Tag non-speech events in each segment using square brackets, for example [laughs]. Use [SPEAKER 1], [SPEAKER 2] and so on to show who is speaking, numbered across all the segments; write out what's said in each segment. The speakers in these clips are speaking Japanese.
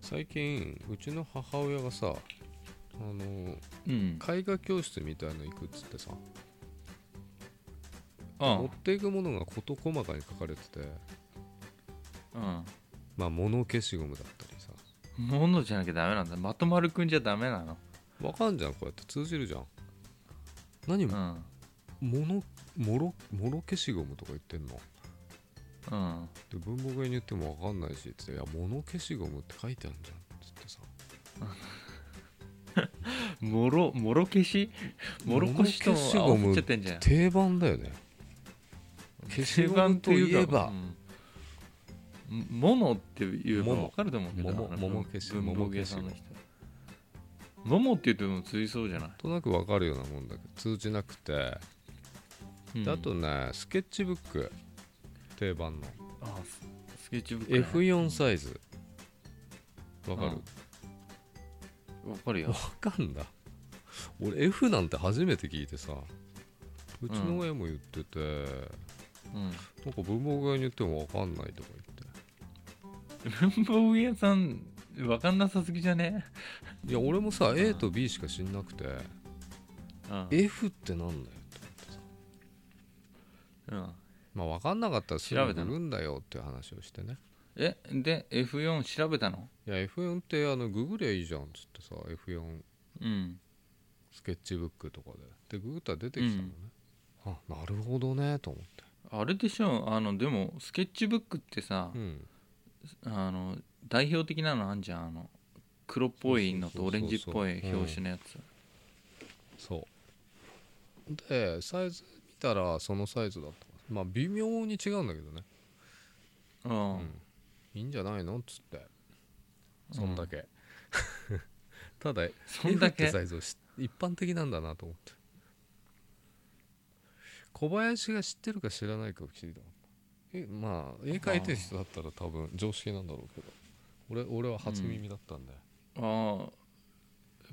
[SPEAKER 1] 最近うちの母親がさあの
[SPEAKER 2] うん
[SPEAKER 1] 絵画教室みたいの行くっつってさ
[SPEAKER 2] うん
[SPEAKER 1] 持っていくものが事細かに書かれてて
[SPEAKER 2] うん
[SPEAKER 1] まあ物消しゴムだったりさ
[SPEAKER 2] ものじゃなきゃダメなんだまとまるくんじゃダメなの
[SPEAKER 1] わかんじゃんこうやって通じるじゃん何
[SPEAKER 2] う
[SPEAKER 1] も
[SPEAKER 2] ん
[SPEAKER 1] のもろもろ消しゴムとか言ってんの
[SPEAKER 2] うん
[SPEAKER 1] で文房具屋に言ってもわかんないしっつって「いや物消しゴムって書いてあるじゃん」っつってさ
[SPEAKER 2] もろもろ消しもろこしとも
[SPEAKER 1] もろ消し
[SPEAKER 2] あ
[SPEAKER 1] ゴム
[SPEAKER 2] 思っちゃってんじゃん
[SPEAKER 1] 定番だよね消しゴムとい
[SPEAKER 2] [laughs]
[SPEAKER 1] え
[SPEAKER 2] う
[SPEAKER 1] ば
[SPEAKER 2] んものって言えば
[SPEAKER 1] もも
[SPEAKER 2] 分かると思うけど
[SPEAKER 1] もも
[SPEAKER 2] あの
[SPEAKER 1] もも消し
[SPEAKER 2] 文房具屋さんの人ももって言っても通じそうじゃない、
[SPEAKER 1] となくわかるようなもんだけど通じなくて
[SPEAKER 2] うん
[SPEAKER 1] であとねスケッチブック定番の
[SPEAKER 2] あススケッチブックね、
[SPEAKER 1] F4 サイズわかる
[SPEAKER 2] 分かる
[SPEAKER 1] わ
[SPEAKER 2] よ
[SPEAKER 1] かんだ俺 F なんて初めて聞いてさうちの親も言ってて、
[SPEAKER 2] うん
[SPEAKER 1] なんか文房具屋に言ってもわかんないとか
[SPEAKER 2] 文房具屋さん分かんなさすぎじゃね
[SPEAKER 1] 言っていや俺もさ A と B しか知んなくて、
[SPEAKER 2] うん、
[SPEAKER 1] F ってなんだよと思ってさ
[SPEAKER 2] うん、
[SPEAKER 1] まあわかんなかったらすぐ
[SPEAKER 2] 調べた
[SPEAKER 1] 売
[SPEAKER 2] の
[SPEAKER 1] るんだよっていう話をしてね
[SPEAKER 2] えで F4 調べたの
[SPEAKER 1] いや F4 ってあのググりゃいいじゃんっつってさ F4
[SPEAKER 2] うん
[SPEAKER 1] スケッチブックとかででググったら出てきたのね、あなるほどねと思って
[SPEAKER 2] あれでしょあのでもスケッチブックってさ、
[SPEAKER 1] うん
[SPEAKER 2] あの代表的なのあんじゃんあの黒っぽいのとオレンジっぽい表紙のやつ
[SPEAKER 1] そうでサイズ見たらそのサイズだったまあ微妙に違うんだけどね、
[SPEAKER 2] う、
[SPEAKER 1] うんいいんじゃないのっつってそんだけ、 [laughs] ただ
[SPEAKER 2] そんだ
[SPEAKER 1] F って
[SPEAKER 2] け
[SPEAKER 1] サイズを知一般的なんだなと思って小林が知ってるか知らないかを知りたかったえまあ絵描いてる人だったら多分常識なんだろうけど俺俺は初耳だったんで、
[SPEAKER 2] ああ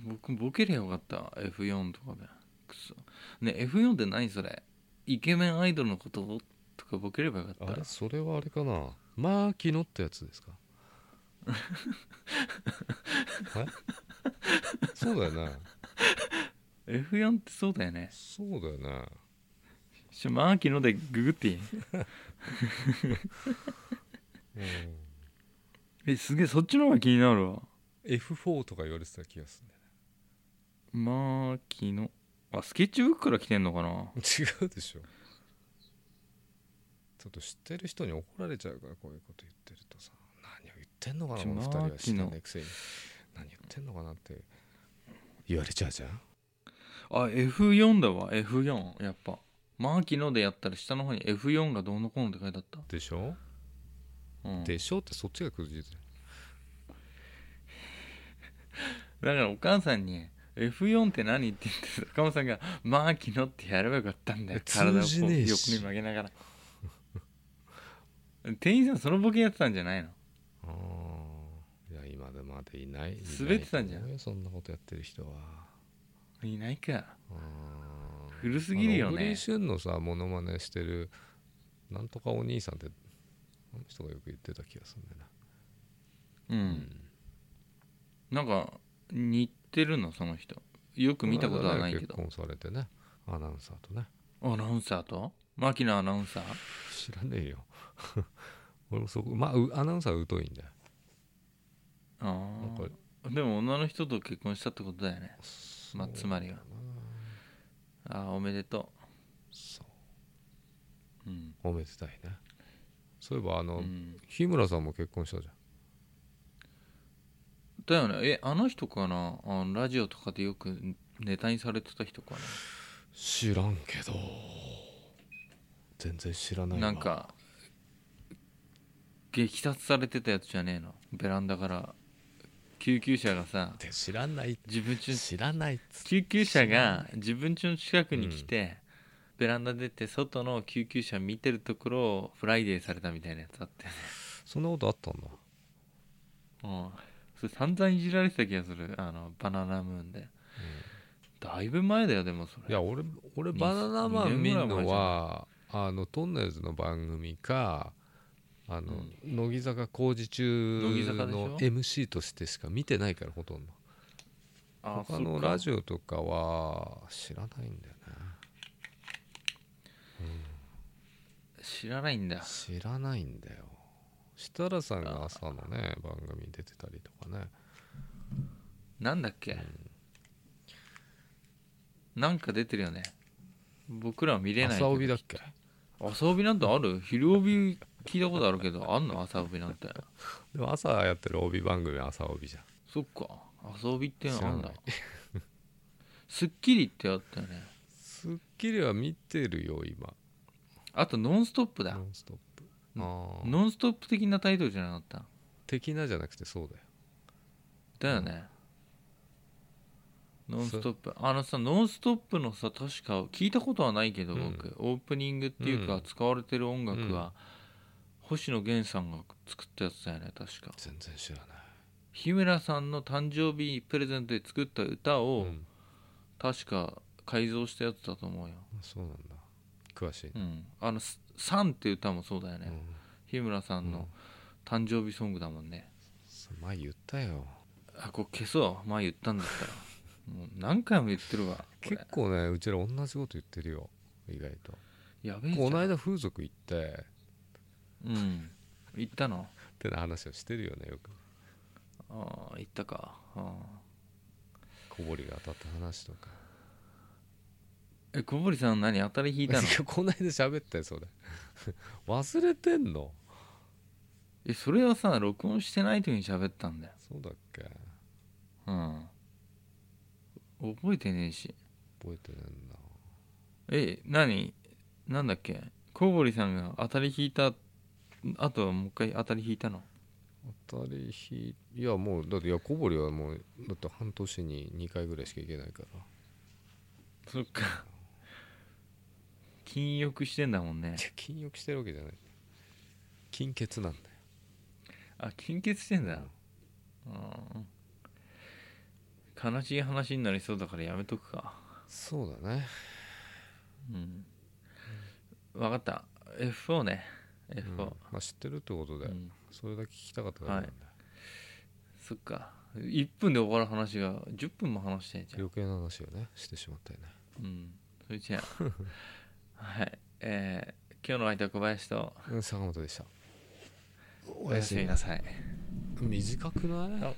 [SPEAKER 2] 僕ボケりゃよかった F4 とかでくそね F4 って何それイケメンアイドルのこととかボケればよかった
[SPEAKER 1] あれそれはあれかなマーキノってや
[SPEAKER 2] [laughs]
[SPEAKER 1] つですかえそうだよね
[SPEAKER 2] F4 ってそうだよね
[SPEAKER 1] そうだよね
[SPEAKER 2] ちょマーキのでググっていい
[SPEAKER 1] うん
[SPEAKER 2] えすげえそっちの方が気になるわ
[SPEAKER 1] F4 とか言われてた気がす
[SPEAKER 2] マーキのあスケッチブックから来てんのかな
[SPEAKER 1] る、ね、違うでしょちょっと知ってる人に怒られちゃうからこういうこと言ってるとさ何を言ってんのかな
[SPEAKER 2] ち
[SPEAKER 1] こ
[SPEAKER 2] ょ
[SPEAKER 1] の二人は
[SPEAKER 2] マー
[SPEAKER 1] 知
[SPEAKER 2] キ
[SPEAKER 1] ら
[SPEAKER 2] ノ
[SPEAKER 1] ないくせに何言ってんのかなって言われちゃうじゃん
[SPEAKER 2] あ F4 だわ F4 やっぱマーキのでやったら下の方に F4 がどうのこうのって書いてあった、
[SPEAKER 1] でしょ、
[SPEAKER 2] うん、
[SPEAKER 1] でしょってそっちがくじいてる
[SPEAKER 2] だからお母さんに F4 って何って言って坂本さんが「マーキノってやればよかったんだよ」体をこ
[SPEAKER 1] 通じね
[SPEAKER 2] う
[SPEAKER 1] え
[SPEAKER 2] 横
[SPEAKER 1] し
[SPEAKER 2] に曲げながら店員さんそのボケやってたんじゃないの
[SPEAKER 1] ああいや今でまでいないいない
[SPEAKER 2] 滑ってたんじゃん
[SPEAKER 1] と思うよそんなことやってる人はい
[SPEAKER 2] ないか
[SPEAKER 1] うーん
[SPEAKER 2] 古すぎるよ
[SPEAKER 1] あの小栗
[SPEAKER 2] ね
[SPEAKER 1] 旬のさモノマネしてるなんとかお兄さんってあの人がよく言ってた気がするんだよな
[SPEAKER 2] うん、なんか似てるのその人よく見たことはないけど
[SPEAKER 1] この間ね結婚されてねアナウンサーとね
[SPEAKER 2] アナウンサーとマーキノアナウンサー
[SPEAKER 1] 知らねえよ [laughs] 俺もそこまあうアナウンサーは疎いんだよ
[SPEAKER 2] あ
[SPEAKER 1] なんか
[SPEAKER 2] あでも女の人と結婚したってことだよねまあつまりはああおめでと
[SPEAKER 1] そう
[SPEAKER 2] ううん、
[SPEAKER 1] おめでたいねそういえばあ
[SPEAKER 2] う
[SPEAKER 1] の、
[SPEAKER 2] ん、
[SPEAKER 1] 日村さんも結婚したじゃん
[SPEAKER 2] だよねえあの人かなあのラジオとかでよくネタにされてた人か
[SPEAKER 1] 知らんけど全然知らな
[SPEAKER 2] ないな
[SPEAKER 1] わ
[SPEAKER 2] んか激殺されてたやつじゃねえのベランダから救急車がさ
[SPEAKER 1] で知らない
[SPEAKER 2] 自分ちの
[SPEAKER 1] 知らないっつ
[SPEAKER 2] 救急車が自分ちの近くに来て、ベランダ出て外の救急車見てるところをフライデーされたみたいなやつあって、
[SPEAKER 1] そんなことあったんだ
[SPEAKER 2] うん、それ散々いじられてた気がするあのバナナムーンで、だいぶ前だよでもそれ
[SPEAKER 1] いや俺俺バナナマン見
[SPEAKER 2] 二
[SPEAKER 1] る
[SPEAKER 2] 年ぐらい前
[SPEAKER 1] の
[SPEAKER 2] じ
[SPEAKER 1] はあのトンネルズの番組かあの、
[SPEAKER 2] うん
[SPEAKER 1] 乃木坂工事中
[SPEAKER 2] 乃木坂でしょ
[SPEAKER 1] の MC としてしか見てないからほとんど
[SPEAKER 2] あ
[SPEAKER 1] 他のラジオとかは知らないんだよ
[SPEAKER 2] オ知らないんだ
[SPEAKER 1] ね知らないんだよ設楽さんが朝のね番組に出てたりとかね
[SPEAKER 2] なんだっけ、なんか出てるよね僕らは見れないけ
[SPEAKER 1] 朝
[SPEAKER 2] ど
[SPEAKER 1] 帯だっけ
[SPEAKER 2] 朝帯なんてある昼帯聞いたことあるけどあんの朝帯なんて
[SPEAKER 1] でも朝やってる帯番組は朝帯じゃん
[SPEAKER 2] そっか朝帯ってのはあんだ
[SPEAKER 1] 知らな
[SPEAKER 2] スッキリってあったよね
[SPEAKER 1] 『スッキリ』は見てるよ今
[SPEAKER 2] あと「ノンストップ
[SPEAKER 1] 「
[SPEAKER 2] だ
[SPEAKER 1] ノンストップ」あ
[SPEAKER 2] 「
[SPEAKER 1] あ
[SPEAKER 2] ノンストップ」的なタイトルじゃなかった
[SPEAKER 1] 的なじゃなくてそうだよ
[SPEAKER 2] だよね、ノンストップあのさ「ノンストップ」のさ確か聞いたことはないけど
[SPEAKER 1] うん
[SPEAKER 2] 僕、オープニングっていう
[SPEAKER 1] う
[SPEAKER 2] か
[SPEAKER 1] ん
[SPEAKER 2] 使われてる音楽は、星野源さんが作ったやつだよね確か
[SPEAKER 1] 全然知らない
[SPEAKER 2] 日村さんの誕生日プレゼントで作った歌を、
[SPEAKER 1] うん
[SPEAKER 2] 確か改造したやつだと思うよ、
[SPEAKER 1] そうなんだ詳しいね
[SPEAKER 2] うん、あの「さん」って歌もそうだよね、
[SPEAKER 1] うん
[SPEAKER 2] 日村さんの誕生日ソングだもんね、
[SPEAKER 1] そう前言ったよ
[SPEAKER 2] あこれ消そう前言ったんだったらもう何回も言ってるわこれ
[SPEAKER 1] 結構ねうちら同じこと言ってるよ意外と
[SPEAKER 2] やべえじゃ
[SPEAKER 1] こ
[SPEAKER 2] ん
[SPEAKER 1] の間風俗行って
[SPEAKER 2] うん行ったの
[SPEAKER 1] ってな話をしてるよねよく
[SPEAKER 2] ああ行ったかああ
[SPEAKER 1] 小堀が当たった話とか
[SPEAKER 2] え小堀さん何当たり引いた [laughs] の
[SPEAKER 1] [laughs] いやこの間喋ったよそれ [laughs] 忘れてんの
[SPEAKER 2] えそれはさ録音してない時に喋ったんだよ
[SPEAKER 1] そうだっけ
[SPEAKER 2] うん覚えてねえし
[SPEAKER 1] 覚えてねえんだ
[SPEAKER 2] え何なんだっけ小堀さんが当たり引いたあとはもう一回当たり引いたの
[SPEAKER 1] 当たりひいやもうだっていや小堀はもうだって半年に2回ぐらいしか行けないから
[SPEAKER 2] そっか禁欲してんだもんね
[SPEAKER 1] いや禁欲してるわけじゃない金欠なんだよ
[SPEAKER 2] あ禁欠してんだうん悲しい話になりそうだからやめとくか
[SPEAKER 1] そうだね
[SPEAKER 2] うん分かった F4 ね
[SPEAKER 1] うん
[SPEAKER 2] F4
[SPEAKER 1] ま、あ、知ってるってことで、
[SPEAKER 2] うん
[SPEAKER 1] それだけ聞きたかっただけなんだよ、
[SPEAKER 2] そっか1分で終わる話が10分も話してんじゃん
[SPEAKER 1] 余計な話をねしてしまったよね
[SPEAKER 2] うんそれじゃあ [laughs] はいえー今日の相手は小林と
[SPEAKER 1] うん坂本でした
[SPEAKER 2] おやすみなさい
[SPEAKER 1] 短くない